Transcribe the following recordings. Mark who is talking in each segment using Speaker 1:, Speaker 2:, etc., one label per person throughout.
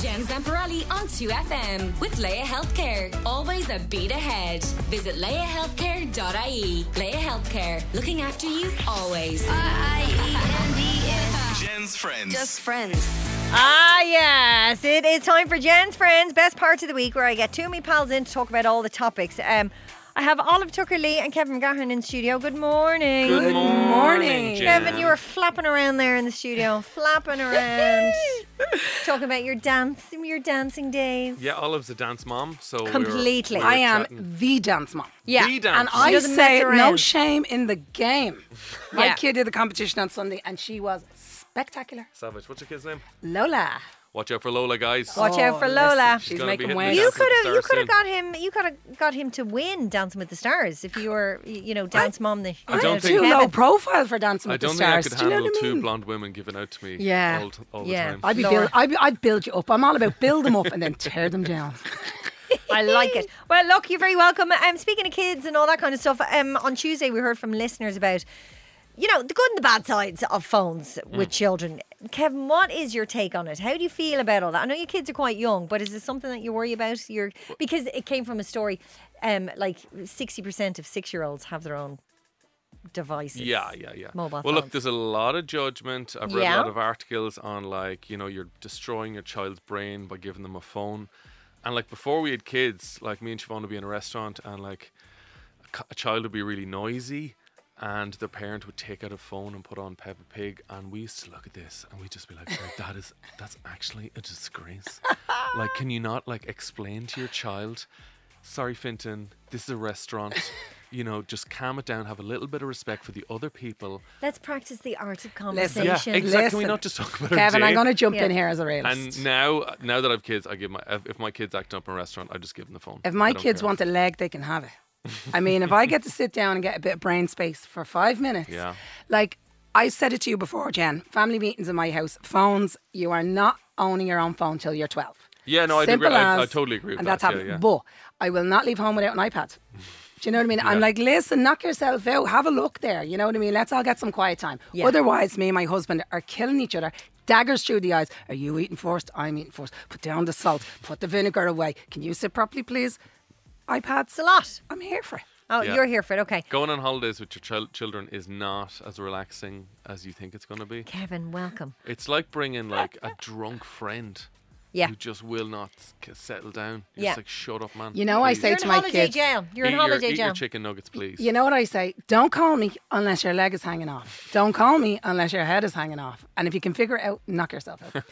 Speaker 1: Jen Zamperali on 2FM with Leia Healthcare. Always a beat ahead. Visit leiahealthcare.ie. E. Leia Healthcare, looking after you always.
Speaker 2: E Jen's friends.
Speaker 3: Just friends.
Speaker 4: Ah, yes. It is time for Jen's Friends, best parts of the week, where I get two of me pals in to talk about all the topics. Um, I have Olive Tucker Lee and Kevin McGahan in studio. Good morning.
Speaker 5: Good morning,
Speaker 4: Kevin,
Speaker 5: Jen.
Speaker 4: you were flapping around there in the studio, flapping around, talking about your dance, your dancing days.
Speaker 5: Yeah, Olive's a dance mom, so we were-
Speaker 4: Completely.
Speaker 5: we were
Speaker 4: I
Speaker 3: I am
Speaker 5: chatting.
Speaker 3: the dance mom.
Speaker 4: Yeah.
Speaker 5: The dance
Speaker 3: And
Speaker 5: mom.
Speaker 3: I
Speaker 4: doesn't mess
Speaker 3: say no
Speaker 4: around.
Speaker 3: shame in the game. My
Speaker 4: Yeah.
Speaker 3: kid did the competition on Sunday and she was spectacular.
Speaker 5: Savage. What's your kid's name?
Speaker 3: Lola.
Speaker 5: Watch out for Lola, guys.
Speaker 4: Watch out for Lola.
Speaker 3: She's,
Speaker 5: Oh, gonna be
Speaker 3: making
Speaker 5: hitting the
Speaker 3: waves.
Speaker 4: You
Speaker 5: Dancing
Speaker 4: could
Speaker 5: with the
Speaker 4: have, you
Speaker 5: Stars
Speaker 4: could have
Speaker 5: soon.
Speaker 4: got him, you could have got him to win Dancing with the Stars if you were, y- you know, dance mom. The
Speaker 5: I don't
Speaker 3: too
Speaker 5: think-
Speaker 4: Kevin.
Speaker 3: low profile for Dancing
Speaker 5: I
Speaker 3: with
Speaker 5: don't
Speaker 3: the
Speaker 5: think I
Speaker 3: Stars.
Speaker 5: could
Speaker 3: Do you know
Speaker 5: handle
Speaker 3: what I
Speaker 5: two
Speaker 3: mean?
Speaker 5: blonde women giving out to me
Speaker 3: Yeah.
Speaker 5: all, all the
Speaker 4: Yeah.
Speaker 5: time.
Speaker 3: I'd be,
Speaker 4: Laura.
Speaker 3: build, I'd, be, I'd build you up. I'm all about build them up and then tear them down.
Speaker 4: I like it. Well, look, you're very welcome. Um, speaking of kids and all that kind of stuff, um, on Tuesday we heard from listeners about, you know, the good and the bad sides of phones
Speaker 5: Mm.
Speaker 4: with children. Kevin, what is your take on it? How do you feel about all that? I know your kids are quite young, but is this something that you worry about? Your because it came from a story, um, like sixty percent of six-year-olds have their own devices.
Speaker 5: Yeah, yeah, yeah.
Speaker 4: Mobile
Speaker 5: well, look,
Speaker 4: phones.
Speaker 5: there's a lot of judgment. I've read
Speaker 4: Yeah.
Speaker 5: a lot of articles on like, you know, you're destroying your child's brain by giving them a phone. And like before we had kids, like me and Siobhan would be in a restaurant and like a, c- a child would be really noisy and their parent would take out a phone and put on Peppa Pig and we used to look at this and we'd just be like, "Right, that is that's actually a disgrace. like, can you not like explain to your child sorry, Finton, this is a restaurant. You know, just calm it down, have a little bit of respect for the other people.
Speaker 4: Let's practice the art of
Speaker 3: Listen.
Speaker 4: conversation.
Speaker 5: Yeah,
Speaker 3: Listen,
Speaker 5: exactly. Can we not just talk about our
Speaker 3: Kevin, I'm
Speaker 5: day?
Speaker 3: going to jump
Speaker 4: Yeah.
Speaker 3: in here as a realist.
Speaker 5: Oh, And now, now that I've kids, I give my if if my kids acting up in a restaurant, I just give them the phone.
Speaker 3: If
Speaker 5: I
Speaker 3: my
Speaker 5: don't
Speaker 3: kids
Speaker 5: care.
Speaker 3: want a leg, they can have it. I mean, if I get to sit down and get a bit of brain space for five minutes,
Speaker 5: Yeah.
Speaker 3: like I said it to you before, Jen, family meetings in my house, phones, you are not owning your own phone till you're 12.
Speaker 5: Yeah, no, I'd agree-
Speaker 3: Simple
Speaker 5: I- I
Speaker 3: as,
Speaker 5: totally agree with
Speaker 3: and
Speaker 5: that,
Speaker 3: that's
Speaker 5: yeah,
Speaker 3: happening.
Speaker 5: yeah.
Speaker 3: But I will not leave home without an iPad. Do you know what I mean? I'm like, listen, knock yourself out. Have a look there. You know what I mean? Let's all get some quiet time.
Speaker 4: Yeah.
Speaker 3: Otherwise, me and my husband are killing each other. Daggers through the eyes. Are you eating first? I'm eating first. Put down the salt. Put the vinegar away. Can you sit properly, please? iPads.
Speaker 4: It's a lot.
Speaker 3: I'm here for it.
Speaker 4: Oh,
Speaker 5: Yeah.
Speaker 4: you're here for it. Okay.
Speaker 5: going on holidays with your chil- children is not as relaxing as you think it's going to be.
Speaker 4: Kevin, welcome.
Speaker 5: It's like bringing like a drunk friend.
Speaker 4: Yeah.
Speaker 5: Who just will not c- settle down. You're
Speaker 4: Yeah.
Speaker 5: just like, shut up, man.
Speaker 3: You know, I
Speaker 5: please.
Speaker 3: say
Speaker 4: You're
Speaker 3: to
Speaker 4: in
Speaker 3: my
Speaker 4: holiday
Speaker 3: kids,
Speaker 4: jail. You're in
Speaker 5: Eat
Speaker 4: holiday
Speaker 5: your, eat
Speaker 4: jail.
Speaker 5: your chicken nuggets, please.
Speaker 3: You know what I say? Don't call me unless your leg is hanging off. Don't call me unless your head is hanging off. And if you can figure it out, knock yourself out.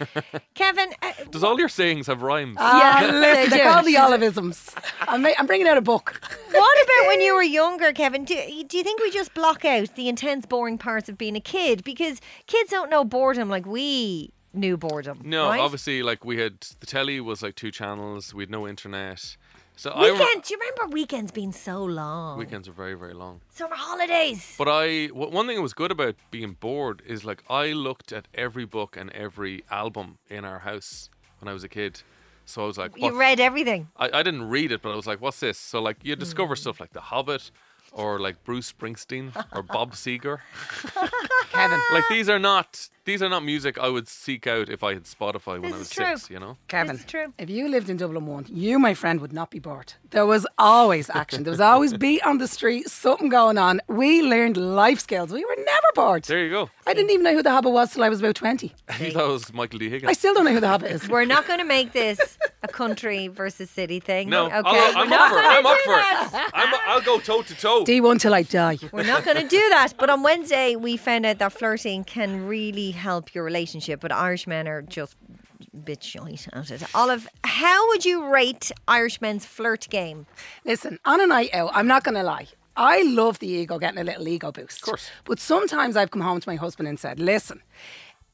Speaker 4: Kevin, uh,
Speaker 5: Does all your sayings have rhymes?
Speaker 3: Ah, listen,
Speaker 4: they
Speaker 3: they're
Speaker 4: do.
Speaker 3: called the Olivisms. I'm, ma- I'm bringing out a book.
Speaker 4: what about when you were younger, Kevin? Do, do you think we just block out the intense, boring parts of being a kid? Because kids don't know boredom like we knew boredom.
Speaker 5: No,
Speaker 4: right?
Speaker 5: obviously, like we had the telly was like two channels. We had no internet, so I rem-
Speaker 4: Weekend, do you remember weekends being so long?
Speaker 5: weekends are very very long.
Speaker 4: Summer holidays.
Speaker 5: But I w- one thing that was good about being bored is like I looked at every book and every album in our house when I was a kid. So I was like,
Speaker 4: You
Speaker 5: what-
Speaker 4: read everything.
Speaker 5: I, I didn't read it, but I was like, what's this? So like you discover
Speaker 4: Hmm.
Speaker 5: stuff like The Hobbit, or like Bruce Springsteen or Bob Seger.
Speaker 3: Kevin,
Speaker 5: Like these are not these are not music I would seek out if I had Spotify when
Speaker 4: This
Speaker 5: I
Speaker 4: is
Speaker 5: was
Speaker 4: true.
Speaker 5: six. You know.
Speaker 3: Kevin,
Speaker 4: This is true.
Speaker 3: if you lived in Dublin one, you, my friend, would not be bored. There was always action. There was always beat on the street, something going on. We learned life skills. We were never bored.
Speaker 5: There you go.
Speaker 3: I didn't even know who the Hobbit was till I was about 20.
Speaker 5: You thought it was Michael D. Higgins.
Speaker 3: I still don't know who the Hobbit is.
Speaker 4: We're not going to make this a country versus city thing.
Speaker 5: No,
Speaker 4: okay.
Speaker 5: I'll, I'm
Speaker 4: We're
Speaker 5: up
Speaker 4: not
Speaker 5: for it.
Speaker 4: gonna
Speaker 5: I'm up
Speaker 4: do
Speaker 5: for
Speaker 4: that.
Speaker 5: it. I'm, I'll go toe to toe.
Speaker 3: D1 till I die.
Speaker 4: We're not going to do that. But on Wednesday, we found out that flirting can really help your relationship, but Irish men are just a bit shite at it. Olive, how would you rate Irish men's flirt game?
Speaker 3: Listen, on a night out, I'm not going to lie. I love the ego, getting a little ego boost. Of
Speaker 5: course.
Speaker 3: But sometimes I've come home to my husband and said, listen,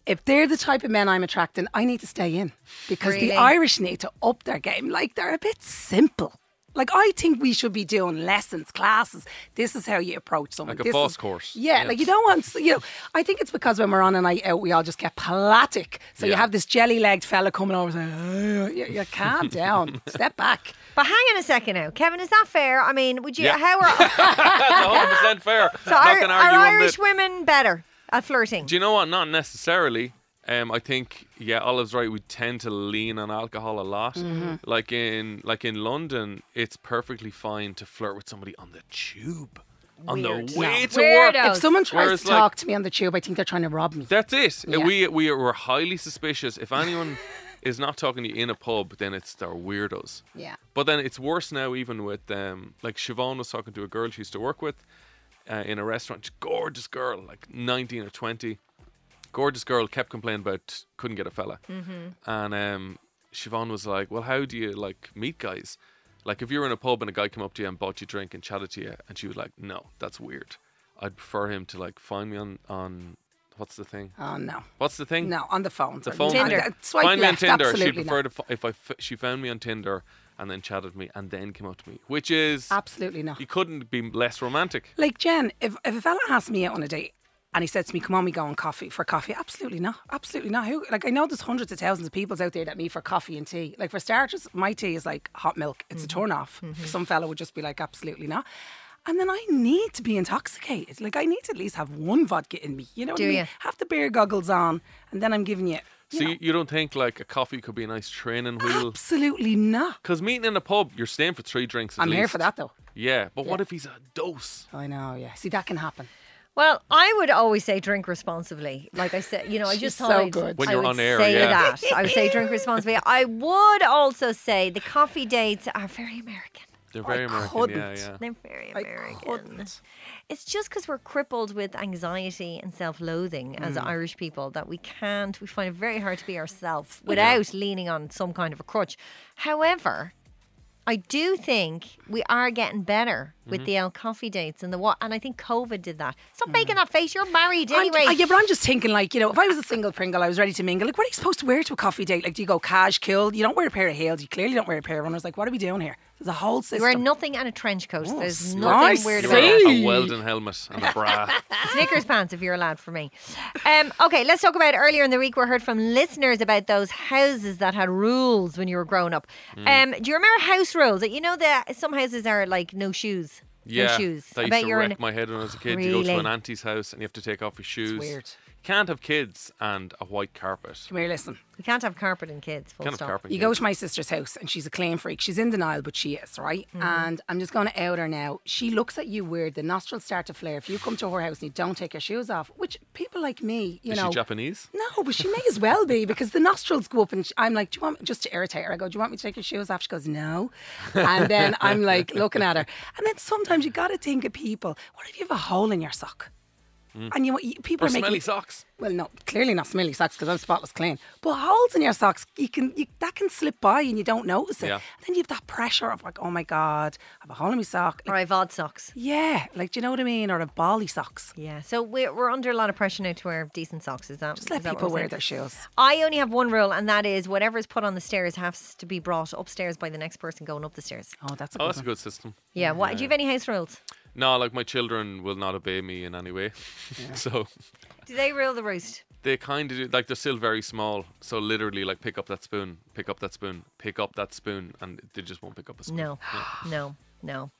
Speaker 3: if they're the type of men I'm attracting, I need to stay in because
Speaker 4: Really?
Speaker 3: the Irish need to up their game. Like, they're a bit simple. Like, I think we should be doing lessons, classes. This is how you approach someone.
Speaker 5: Like a
Speaker 3: This
Speaker 5: boss
Speaker 3: is-
Speaker 5: course.
Speaker 3: Yeah,
Speaker 5: Yeah.
Speaker 3: like you don't want, you know, I think it's because when we're on a night out, we all just get palatic. So you
Speaker 5: Yeah.
Speaker 3: have this jelly legged fella coming over saying, oh, you, you calm down, step back.
Speaker 4: But hang on a second now, Kevin. Is that fair? I mean, would you?
Speaker 5: Yeah.
Speaker 4: How are
Speaker 5: That's 100 percent fair.
Speaker 4: so
Speaker 5: Not
Speaker 4: are,
Speaker 5: gonna
Speaker 4: are
Speaker 5: argue on
Speaker 4: Irish
Speaker 5: that.
Speaker 4: women better at flirting?
Speaker 5: Do you know what? Not necessarily. Um, I think yeah, Olive's right. We tend to lean on alcohol a lot. Like in like in London, it's perfectly fine to flirt with somebody on the tube, on
Speaker 4: Weird.
Speaker 5: the way
Speaker 4: No.
Speaker 5: to work.
Speaker 3: If someone tries
Speaker 5: Whereas,
Speaker 3: to
Speaker 5: Oh, like-
Speaker 3: talk to me on the tube, I think they're trying to rob me.
Speaker 5: That's it.
Speaker 3: Yeah.
Speaker 5: We we were highly suspicious. If anyone is not talking to you in a pub, then it's they're weirdos.
Speaker 3: Yeah.
Speaker 5: But then it's worse now, even with um, like Siobhan was talking to a girl she used to work with uh, in a restaurant. She's a gorgeous girl, like 19 or 20. Gorgeous girl kept complaining about couldn't get a fella. Mm-hmm. And um, Siobhan was like, Well, how do you like meet guys? Like, if you were in a pub and a guy came up to you and bought you a drink and chatted to you, and she was like, No, that's weird. I'd prefer him to like find me on, on what's the thing?
Speaker 3: Oh no,
Speaker 5: What's the thing?
Speaker 3: no, on the phone.
Speaker 5: The phone.
Speaker 4: Tinder.
Speaker 3: Uh, Swipe
Speaker 5: Find
Speaker 3: left,
Speaker 5: me on Tinder. She
Speaker 3: Absolutely not.
Speaker 5: preferred if, if I f- she found me on Tinder and then chatted me and then came up to me, which is
Speaker 3: Absolutely not.
Speaker 5: you couldn't be less romantic.
Speaker 3: Like Jen, if, if a fella asked me out on a date and he said to me, "Come on, we go on coffee for coffee," absolutely not, absolutely not. Who like I know there's hundreds of thousands of people out there that meet for coffee and tea. Like for starters, my tea is like hot milk. It's
Speaker 5: Mm-hmm.
Speaker 3: a turn off. Some fella would just be like, "Absolutely not." And then I need to be intoxicated. Like I need to at least have one vodka in me. You know what
Speaker 4: Do
Speaker 3: I mean?
Speaker 4: you?
Speaker 3: Have the beer goggles on, and then I'm giving you. you
Speaker 5: so
Speaker 3: know,
Speaker 5: you, you don't think like a coffee could be a nice training wheel?
Speaker 3: absolutely not.
Speaker 5: Because meeting in a pub, you're staying for three drinks. At
Speaker 3: I'm here for
Speaker 5: least.
Speaker 3: that though.
Speaker 5: Yeah, but what if he's a dose?
Speaker 3: I know. Yeah. See, that can happen.
Speaker 4: Well, I would always say drink responsibly. Like I said, you know, I
Speaker 3: She's
Speaker 4: just
Speaker 3: so
Speaker 4: thought I'd-
Speaker 3: good.
Speaker 5: When
Speaker 4: I
Speaker 5: you're
Speaker 4: would
Speaker 5: on air,
Speaker 4: say
Speaker 5: yeah.
Speaker 4: that. I would say drink responsibly. I would also say the coffee dates are very American.
Speaker 5: They're very American.
Speaker 3: couldn't.
Speaker 5: Yeah, yeah.
Speaker 4: They're very
Speaker 3: I
Speaker 4: American.
Speaker 3: couldn't.
Speaker 4: It's just because we're crippled with anxiety and self-loathing as
Speaker 3: Hmm.
Speaker 4: Irish people that we can't. We find it very hard to be ourselves without leaning on some kind of a crutch. However, I do think we are getting better
Speaker 3: Mm-hmm.
Speaker 4: with the El Coffee dates and the what. And I think COVID did that. Stop
Speaker 3: Hmm.
Speaker 4: making that face. You're married
Speaker 3: I'm-
Speaker 4: anyway.
Speaker 3: uh, yeah, but I'm just thinking, like, you know, if I was a single Pringle, I was ready to mingle. Like, what are you supposed to wear to a coffee date? Like, do you go cash, kill? You don't wear a pair of heels. You clearly don't wear a pair of runners. Like, what are we doing here? There's a whole system.
Speaker 4: You wear nothing and a trench coat. There's
Speaker 3: Oh, I
Speaker 4: nothing weird
Speaker 5: You
Speaker 4: about it.
Speaker 5: wear a-
Speaker 3: See?
Speaker 5: a Weldon helmet and a bra.
Speaker 4: Snickers pants, if you're allowed for me. Um, okay, let's talk about earlier in the week. We heard from listeners about those houses that had rules when you were growing up.
Speaker 5: Mm.
Speaker 4: Um, do you remember house rules? That you know that some houses are like no shoes,
Speaker 5: yeah,
Speaker 4: no shoes.
Speaker 5: that
Speaker 4: I
Speaker 5: used
Speaker 4: bet
Speaker 5: to
Speaker 4: you're
Speaker 5: wreck
Speaker 4: in.
Speaker 5: my head when I was a kid. You go to
Speaker 4: Really?
Speaker 5: an auntie's house and you have to take off your shoes.
Speaker 3: weird.
Speaker 5: You can't have kids and a white carpet.
Speaker 3: Come here, listen.
Speaker 4: You can't have carpet and kids. Full
Speaker 5: Can't have
Speaker 4: stop.
Speaker 5: carpet.
Speaker 3: You
Speaker 5: kids.
Speaker 3: go to my sister's house, and she's a claim freak. She's in denial, but she is, right? And I'm just going to out her now. She looks at you weird. The nostrils start to flare. If you come to her house and you don't take your shoes off, which people like me, you
Speaker 5: Is
Speaker 3: know.
Speaker 5: she Japanese?
Speaker 3: No, but she may as well be because the nostrils go up, and she, I'm like, "Do you want?" Just to irritate her, I go, "Do you want me to take your shoes off?" She goes, "No," and then I'm like looking at her, and then sometimes you got to think of people. What if you have a hole in your sock, and you, you people
Speaker 5: Or
Speaker 3: are making
Speaker 5: smelly socks?
Speaker 3: well, no, clearly not smelly socks because I'm spotless clean. But holes in your socks, you can you, that can slip by and you don't notice it.
Speaker 5: Yeah.
Speaker 3: And then you have that pressure of like, oh my god, I have a hole in my sock. Like,
Speaker 4: Or I have odd socks.
Speaker 3: Yeah, like do you know what I mean? Or a bally socks.
Speaker 4: Yeah, so we're, we're under a lot of pressure now to wear decent socks. Is that
Speaker 3: Just let
Speaker 4: is that what
Speaker 3: people
Speaker 4: we're
Speaker 3: wear
Speaker 4: saying?
Speaker 3: their shoes.
Speaker 4: I only have one rule, and that is whatever is put on the stairs has to be brought upstairs by the next person going up the stairs.
Speaker 3: Oh, that's a good
Speaker 5: Oh, that's a
Speaker 3: one.
Speaker 5: good system.
Speaker 4: Yeah. What do you have any house rules?
Speaker 5: No, like my children will not obey me in any way. so
Speaker 4: Do they rule the roost?
Speaker 5: they kind of do, like they're still very small. So literally, like pick up that spoon, pick up that spoon, pick up that spoon, and they just won't pick up a spoon.
Speaker 4: No, no, no.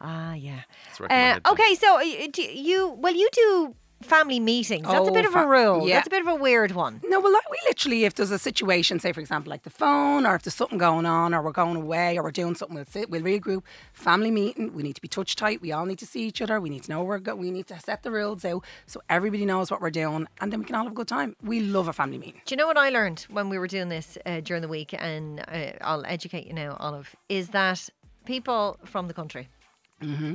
Speaker 4: Ah, yeah.
Speaker 5: It's
Speaker 4: Uh,
Speaker 5: recommended,
Speaker 4: okay, so uh, do you well, you do family meetings. That's a
Speaker 3: Oh,
Speaker 4: bit of a
Speaker 3: fa-
Speaker 4: rule.
Speaker 3: yeah.
Speaker 4: That's a bit of a weird one.
Speaker 3: No, well, like, we literally, if there's a situation, say for example, like the phone, or if there's something going on, or we're going away, or we're doing something, we'll sit, we'll regroup, family meeting. We need to be touch tight. We all need to see each other. We need to know where we're going. We need to set the rules out so everybody knows what we're doing, and then we can all have a good time. We love a family meeting.
Speaker 4: Do you know what I learned when we were doing this uh, during the week? And uh, I'll educate you now, Olive. Is that people from the country?
Speaker 3: Mm-hmm.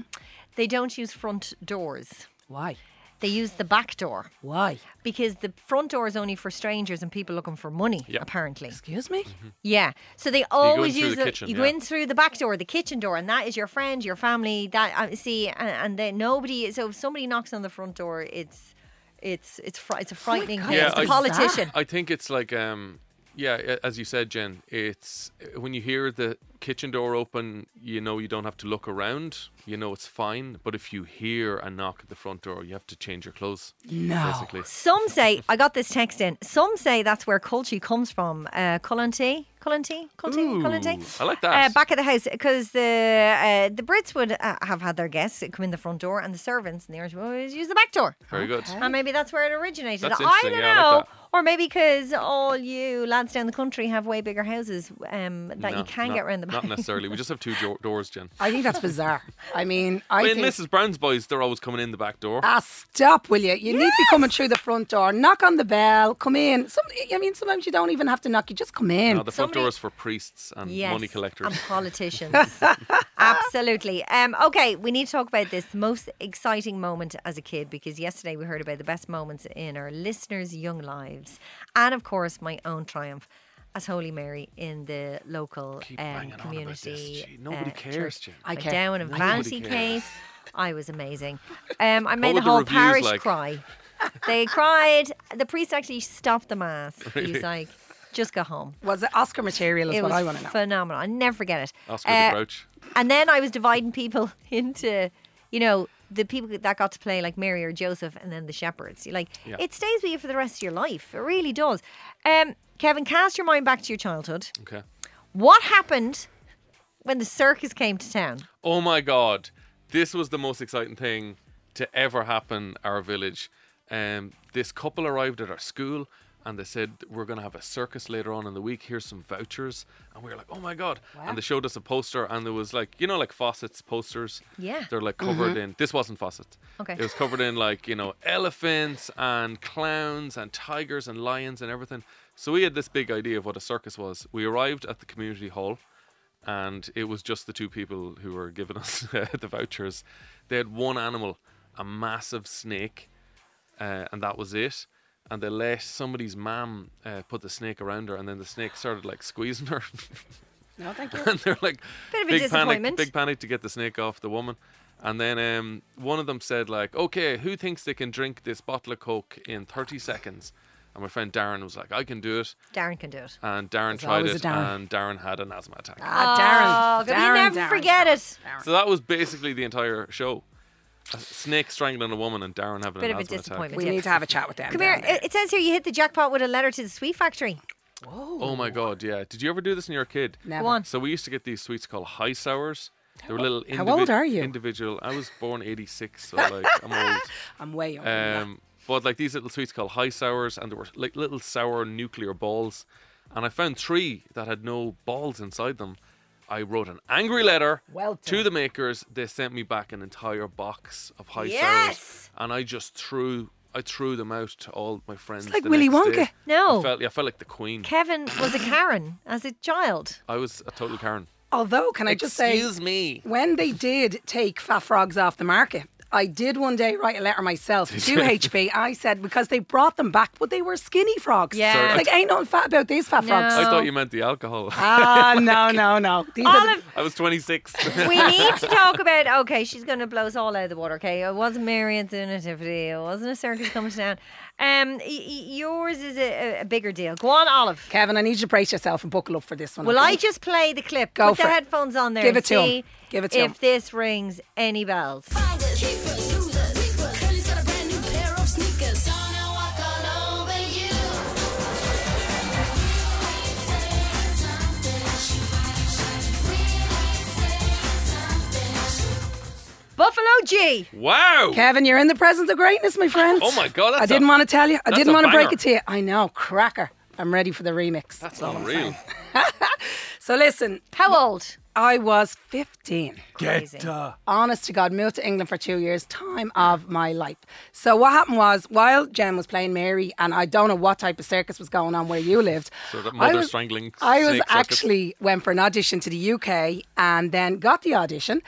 Speaker 4: They don't use front doors.
Speaker 3: Why?
Speaker 4: They use the back door
Speaker 3: Why?
Speaker 4: because the front door is only for strangers and people looking for money.
Speaker 5: Yeah.
Speaker 4: Apparently,
Speaker 3: Excuse me.
Speaker 4: Yeah. So they
Speaker 5: in
Speaker 4: always
Speaker 5: through
Speaker 4: use
Speaker 5: the
Speaker 4: the-
Speaker 5: kitchen,
Speaker 4: you
Speaker 5: yeah.
Speaker 4: go in through the back door, the kitchen door, and that is your friend, your family. That uh, see, and, and then nobody. So if somebody knocks on the front door, it's it's it's fri- it's a frightening.
Speaker 3: God,
Speaker 4: thing.
Speaker 5: Yeah,
Speaker 4: it's the
Speaker 5: I-
Speaker 4: politician.
Speaker 5: I think it's like um yeah, a- as you said, Jen, it's uh, when you hear the kitchen door open, you know you don't have to look around. You know it's fine. But if you hear a knock at the front door, you have to change your clothes.
Speaker 3: No.
Speaker 5: Basically.
Speaker 4: Some say I got this text in. Some say that's where culture comes from. Uh, Cullen tea, Cullen tea, Cullen tea, Cullen tea.
Speaker 5: Ooh, I like that.
Speaker 4: Uh, back at the house because the uh, the Brits would uh, have had their guests come in the front door, and the servants and the Irish would always use the back door.
Speaker 5: Very good.
Speaker 4: And maybe that's where it originated.
Speaker 5: That's
Speaker 4: I
Speaker 5: interesting,
Speaker 4: don't
Speaker 5: yeah, I
Speaker 4: know.
Speaker 5: like that.
Speaker 4: or maybe because all you lads down the country have way bigger houses um, that
Speaker 5: No,
Speaker 4: you can
Speaker 5: not-
Speaker 4: get round the back.
Speaker 5: Not necessarily. We just have two jo- doors, Jen.
Speaker 3: I think that's bizarre. I mean, I
Speaker 5: I mean,
Speaker 3: think.
Speaker 5: Mrs. Brown's boys, they're always coming in the back door. Uh,
Speaker 3: Ah, stop, will you? You need to be coming through the front door. Knock on the bell. Come in. Some, I mean, sometimes you don't even have to knock. You just come in.
Speaker 5: no, the front
Speaker 4: somebody-
Speaker 5: door is for priests and
Speaker 4: Yes, um,
Speaker 5: money collectors.
Speaker 4: and politicians. Absolutely. Um, okay, we need to talk about this most exciting moment as a kid because yesterday we heard about the best moments in our listeners' young lives, and of course my own triumph as Holy Mary in the local
Speaker 5: Keep
Speaker 4: um,
Speaker 5: banging on about
Speaker 4: community. uh,
Speaker 5: this. Gee, nobody cares,
Speaker 4: church.
Speaker 5: Jim.
Speaker 3: I
Speaker 4: Went
Speaker 3: care.
Speaker 4: down in a
Speaker 5: Nobody
Speaker 4: vanity
Speaker 5: cares.
Speaker 4: case. I was amazing. Um, I made
Speaker 5: were
Speaker 4: the
Speaker 5: the
Speaker 4: whole
Speaker 5: reviews
Speaker 4: parish
Speaker 5: like?
Speaker 4: cry. They cried. The priest actually stopped the mass. He was like, "Just go home."
Speaker 3: Was it Oscar material? Is
Speaker 4: it
Speaker 3: what
Speaker 4: was
Speaker 3: I want to know.
Speaker 4: phenomenal. I never forget it.
Speaker 5: Oscar
Speaker 4: Uh,
Speaker 5: the Grouch.
Speaker 4: And then I was dividing people into, you know, the people that got to play like Mary or Joseph, and then the shepherds. You're like
Speaker 5: Yeah.
Speaker 4: it stays with you for the rest of your life. It really does. Um, Kevin, cast your mind back to your childhood.
Speaker 5: Okay.
Speaker 4: What happened when the circus came to town?
Speaker 5: Oh my God, this was the most exciting thing to ever happen our village. Um, this couple arrived at our school and they said we're going to have a circus later on in the week. Here's some vouchers, and we were like, oh my God! And they showed us a poster, and there was like you know like Fawcett's posters.
Speaker 4: Yeah.
Speaker 5: they're like covered in. This wasn't Fawcett's.
Speaker 4: Okay.
Speaker 5: it was covered in like you know elephants and clowns and tigers and lions and everything. So we had this big idea of what a circus was. We arrived at the community hall and it was just the two people who were giving us uh, the vouchers. They had one animal, a massive snake, uh, and that was it. And they let somebody's mum uh, put the snake around her, and then the snake started like squeezing her.
Speaker 3: No, thank you.
Speaker 5: and they're like,
Speaker 4: Bit of a
Speaker 5: big panic,
Speaker 4: disappointment.
Speaker 5: big panic to get the snake off the woman. And then um, one of them said like, okay, who thinks they can drink this bottle of coke in 30 seconds? And my friend Darren was like, I can do it.
Speaker 4: Darren can do it.
Speaker 5: And Darren tried
Speaker 3: always a
Speaker 5: it,
Speaker 3: Darren.
Speaker 5: and Darren had an asthma attack.
Speaker 3: Ah,
Speaker 4: oh,
Speaker 3: Darren.
Speaker 4: can
Speaker 3: Darren,
Speaker 4: we never
Speaker 3: Darren.
Speaker 4: forget it.
Speaker 5: So that was basically the entire show. A snake strangling a woman and Darren having
Speaker 4: Bit
Speaker 5: an
Speaker 4: of a
Speaker 5: asthma
Speaker 4: disappointment.
Speaker 5: attack.
Speaker 3: We need to have a chat with them.
Speaker 4: Come
Speaker 3: down
Speaker 4: here.
Speaker 3: there.
Speaker 4: It it says here you hit the jackpot with a letter to the sweet factory.
Speaker 5: Oh my god, yeah. Did you ever do this when you were a kid?
Speaker 3: Never.
Speaker 4: Go on.
Speaker 5: So we used to get these sweets called high sours. They were little
Speaker 3: How old
Speaker 5: individ-
Speaker 3: are you?
Speaker 5: individual. I was born 86, so like I'm
Speaker 3: I'm way younger.
Speaker 5: old.
Speaker 3: than
Speaker 5: Um, but like these little sweets called high sours and they were like little sour nuclear balls. And I found three that had no balls inside them. I wrote an angry letter
Speaker 3: Well
Speaker 5: to
Speaker 3: done.
Speaker 5: the makers. They sent me back an entire box of high sours.
Speaker 4: Yes!
Speaker 5: and I just threw I threw them out to all my friends.
Speaker 3: like
Speaker 5: the
Speaker 3: Willy
Speaker 5: next
Speaker 3: Wonka.
Speaker 5: day.
Speaker 4: No.
Speaker 5: I felt, I felt like the Queen.
Speaker 4: Kevin was a Karen as a child.
Speaker 5: I was a total Karen.
Speaker 3: that. Although, can I just say,
Speaker 5: Excuse me.
Speaker 3: when they did take fat frogs off the market, I did one day write a letter myself to HP. I said because they brought them back, but they were skinny frogs.
Speaker 4: Yeah.
Speaker 5: Sorry, I-
Speaker 3: It's like ain't nothing fat about these fat
Speaker 5: I
Speaker 3: frogs.
Speaker 4: No.
Speaker 5: thought you meant the alcohol.
Speaker 3: Oh. Ah, no, no, no. These are the-
Speaker 4: Olive,
Speaker 5: I was 26.
Speaker 4: we need to talk about. Okay, she's going to blow us all out of the water. Okay, it wasn't Marion's nativity. It wasn't a circus coming to town. Um, y- y- yours is a, a- a bigger deal. Go on, Olive.
Speaker 3: Kevin, I need you to brace yourself and buckle up for this one.
Speaker 4: Will
Speaker 3: okay?
Speaker 4: I just play the clip?
Speaker 3: Go
Speaker 4: Put
Speaker 3: for
Speaker 4: the
Speaker 3: it.
Speaker 4: headphones on there.
Speaker 3: Give
Speaker 4: and
Speaker 3: it to 'em.
Speaker 4: see
Speaker 3: Give it to
Speaker 4: If
Speaker 3: 'em.
Speaker 4: this rings any bells.
Speaker 2: finders, keepers, losers, reapers. Curly's got a brand new pair of sneakers. Gonna walk all over you.
Speaker 4: Buffalo G.
Speaker 5: wow.
Speaker 3: Kevin, you're in the presence of greatness, my friend.
Speaker 5: Oh my God, that's
Speaker 3: I didn't
Speaker 5: a-
Speaker 3: want to tell you. I
Speaker 5: that's
Speaker 3: didn't
Speaker 5: a
Speaker 3: want to break
Speaker 5: banger.
Speaker 3: it to you. I know, cracker. I'm ready for the remix.
Speaker 5: That's unreal.
Speaker 3: So listen,
Speaker 4: How old?
Speaker 3: I was 15.
Speaker 4: Crazy.
Speaker 3: honest to God, moved to England for two years, time of my life. So what happened was, while Jen was playing Mary, and I don't know what type of circus was going on where you lived.
Speaker 5: So that
Speaker 3: I
Speaker 5: mother
Speaker 3: was-
Speaker 5: strangling
Speaker 3: I was
Speaker 5: snake circus.
Speaker 3: actually went for an audition to the UK and then got the audition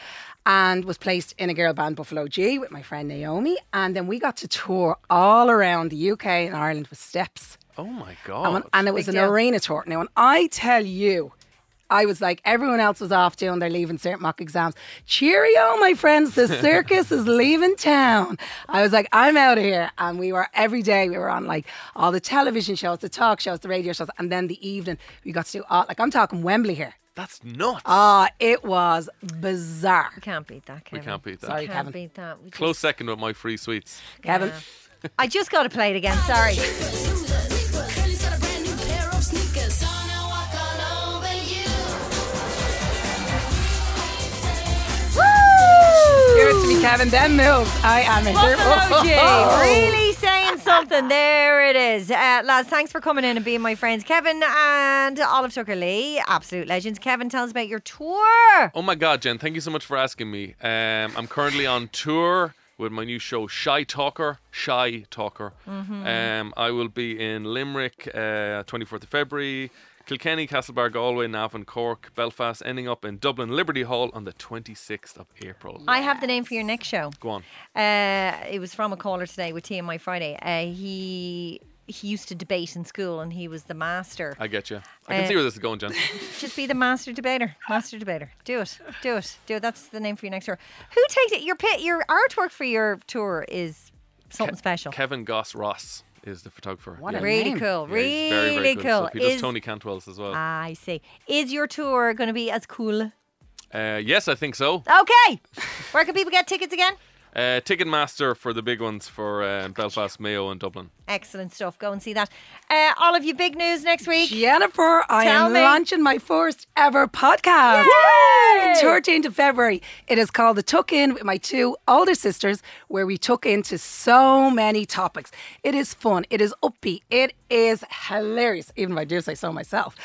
Speaker 3: and was placed in a girl band Buffalo G with my friend Naomi. And then we got to tour all around the UK and Ireland with steps.
Speaker 5: Oh my
Speaker 3: And
Speaker 5: god.
Speaker 3: when- and it was an
Speaker 4: Big deal.
Speaker 3: arena tour. Now, when I tell you, I was like, everyone else was off doing their leaving cert mock exams. Cheerio, my friends, the circus is leaving town. I was like, I'm out of here. And we were every day, we were on like all the television shows, the talk shows, the radio shows. And then the evening, we got to do all, like, I'm talking Wembley here.
Speaker 5: That's nuts.
Speaker 3: Ah, it was bizarre.
Speaker 4: We can't beat that,
Speaker 5: we
Speaker 4: Kevin.
Speaker 5: can't beat that.
Speaker 3: Sorry,
Speaker 4: Can't
Speaker 3: Kevin.
Speaker 4: beat that. We just-
Speaker 5: Close second with my free sweets.
Speaker 3: Kevin,
Speaker 4: I just got to play it again. Sorry.
Speaker 2: Keepers, losers, reapers. Curly's got a brand new pair of sneakers. Gonna walk all over
Speaker 3: Kevin, them mills. I am in here.
Speaker 4: Buffalo Jay, really saying something. There it is. Uh, lads, thanks for coming in and being my friends. Kevin and Olive Tucker Lee, absolute legends. Kevin, tell us about your tour.
Speaker 5: Oh my God, Jen, thank you so much for asking me. Um, I'm currently on tour with my new show, Shy Talker. Shy Talker.
Speaker 4: Mm-hmm.
Speaker 5: Um, I will be in Limerick, uh, 24th of February, Kilkenny, Castlebar, Galway, Navan, Cork, Belfast, ending up in Dublin Liberty Hall on the 26th of April.
Speaker 4: I have the name for your next show.
Speaker 5: Go on.
Speaker 4: Uh, it was from a caller today with TMI Friday. Uh, he he used to debate in school and he was the master.
Speaker 5: I get you. I can
Speaker 4: Uh,
Speaker 5: see where this is going, Jen.
Speaker 4: Just be the master debater. Master debater. Do it. Do it. Do it. That's the name for your next tour. Who takes it? Your pit. Your artwork for your tour is something special.
Speaker 5: Kevin Goss Ross is the photographer.
Speaker 3: What a-
Speaker 4: really
Speaker 3: Name.
Speaker 4: cool.
Speaker 5: Yeah, he's very,
Speaker 4: Really
Speaker 5: very good
Speaker 4: cool.
Speaker 5: stuff. He does
Speaker 4: Is- Ah.
Speaker 5: Tony Cantwell's as well.
Speaker 4: I see. Is your tour going to be as cool?
Speaker 5: Uh, yes, I think so.
Speaker 4: Okay. Where can people get tickets again?
Speaker 5: Uh, Ticketmaster for the big ones for um, Belfast, Mayo, and Dublin.
Speaker 4: Excellent stuff. Go and see that. Uh, all of you, big news next week.
Speaker 3: Jennifer, I
Speaker 4: Tell
Speaker 3: am
Speaker 4: me.
Speaker 3: launching my first ever podcast.
Speaker 4: Yay!
Speaker 3: 13th of February. It is called The Tuck In with my two older sisters, where we took into so many topics. It is fun, it is upbeat, it is hilarious, even if I do say so myself.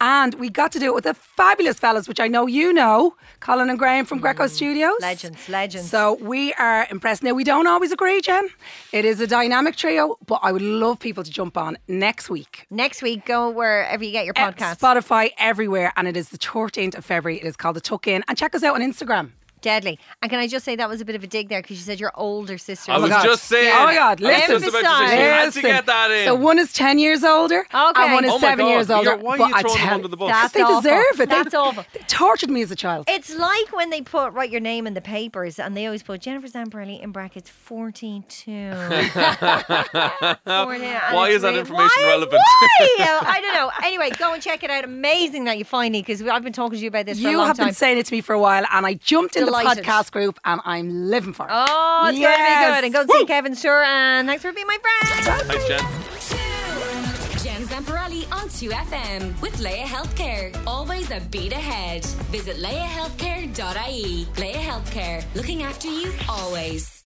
Speaker 3: And we got to do it with the fabulous fellas, which I know you know, Colin and Graham from Greco Studios.
Speaker 4: Mm-hmm. Legends, legends.
Speaker 3: So we are impressed. Now, we don't always agree, Jen. It is a dynamic trio, but I would love people to jump on next week
Speaker 4: Next week, go wherever you get your
Speaker 3: at
Speaker 4: podcast.
Speaker 3: Spotify, everywhere. And it is the 13th of February. It is called The Tuck In. And check us out on Instagram.
Speaker 4: Deadly. And can I just say that was a bit of a dig there because you said your older sister.
Speaker 5: I was
Speaker 3: God.
Speaker 5: just saying.
Speaker 3: Oh my God,
Speaker 5: I was just
Speaker 3: listen.
Speaker 5: about to say, she had to
Speaker 3: Listen.
Speaker 5: get that in.
Speaker 3: So one is 10 years older
Speaker 4: Okay.
Speaker 3: and one is
Speaker 4: Oh
Speaker 5: my
Speaker 3: seven
Speaker 5: God.
Speaker 3: years older.
Speaker 5: You're- why are
Speaker 3: but
Speaker 5: you
Speaker 3: I
Speaker 5: throwing them
Speaker 3: tell-
Speaker 5: under the bus?
Speaker 4: That's
Speaker 3: they
Speaker 4: awful.
Speaker 3: deserve it. They-
Speaker 4: That's awful.
Speaker 3: They tortured me as a child.
Speaker 4: It's like when they put write your name in the papers and they always put Jennifer Zamperelli in brackets 14 two. 14, and
Speaker 5: Why
Speaker 4: it's
Speaker 5: is that
Speaker 4: really-
Speaker 5: information
Speaker 4: why-
Speaker 5: relevant?
Speaker 4: Why? I don't know. Anyway, go and check it out. Amazing that you finally because I've been talking to you about this for a
Speaker 3: you
Speaker 4: long
Speaker 3: have
Speaker 4: time.
Speaker 3: been saying it to me for a while, and I jumped in
Speaker 4: Delighted.
Speaker 3: the podcast group, and I'm living for it.
Speaker 4: oh, it's
Speaker 3: Yes.
Speaker 4: going to be good. And go see Kevin Sure and thanks for being my friend.
Speaker 5: Thanks, Jen.
Speaker 1: Jen Zamperali on 2FM with Leia Healthcare. Always a beat ahead. E. Visit leiahealthcare.ie. Leia Healthcare, looking after you always.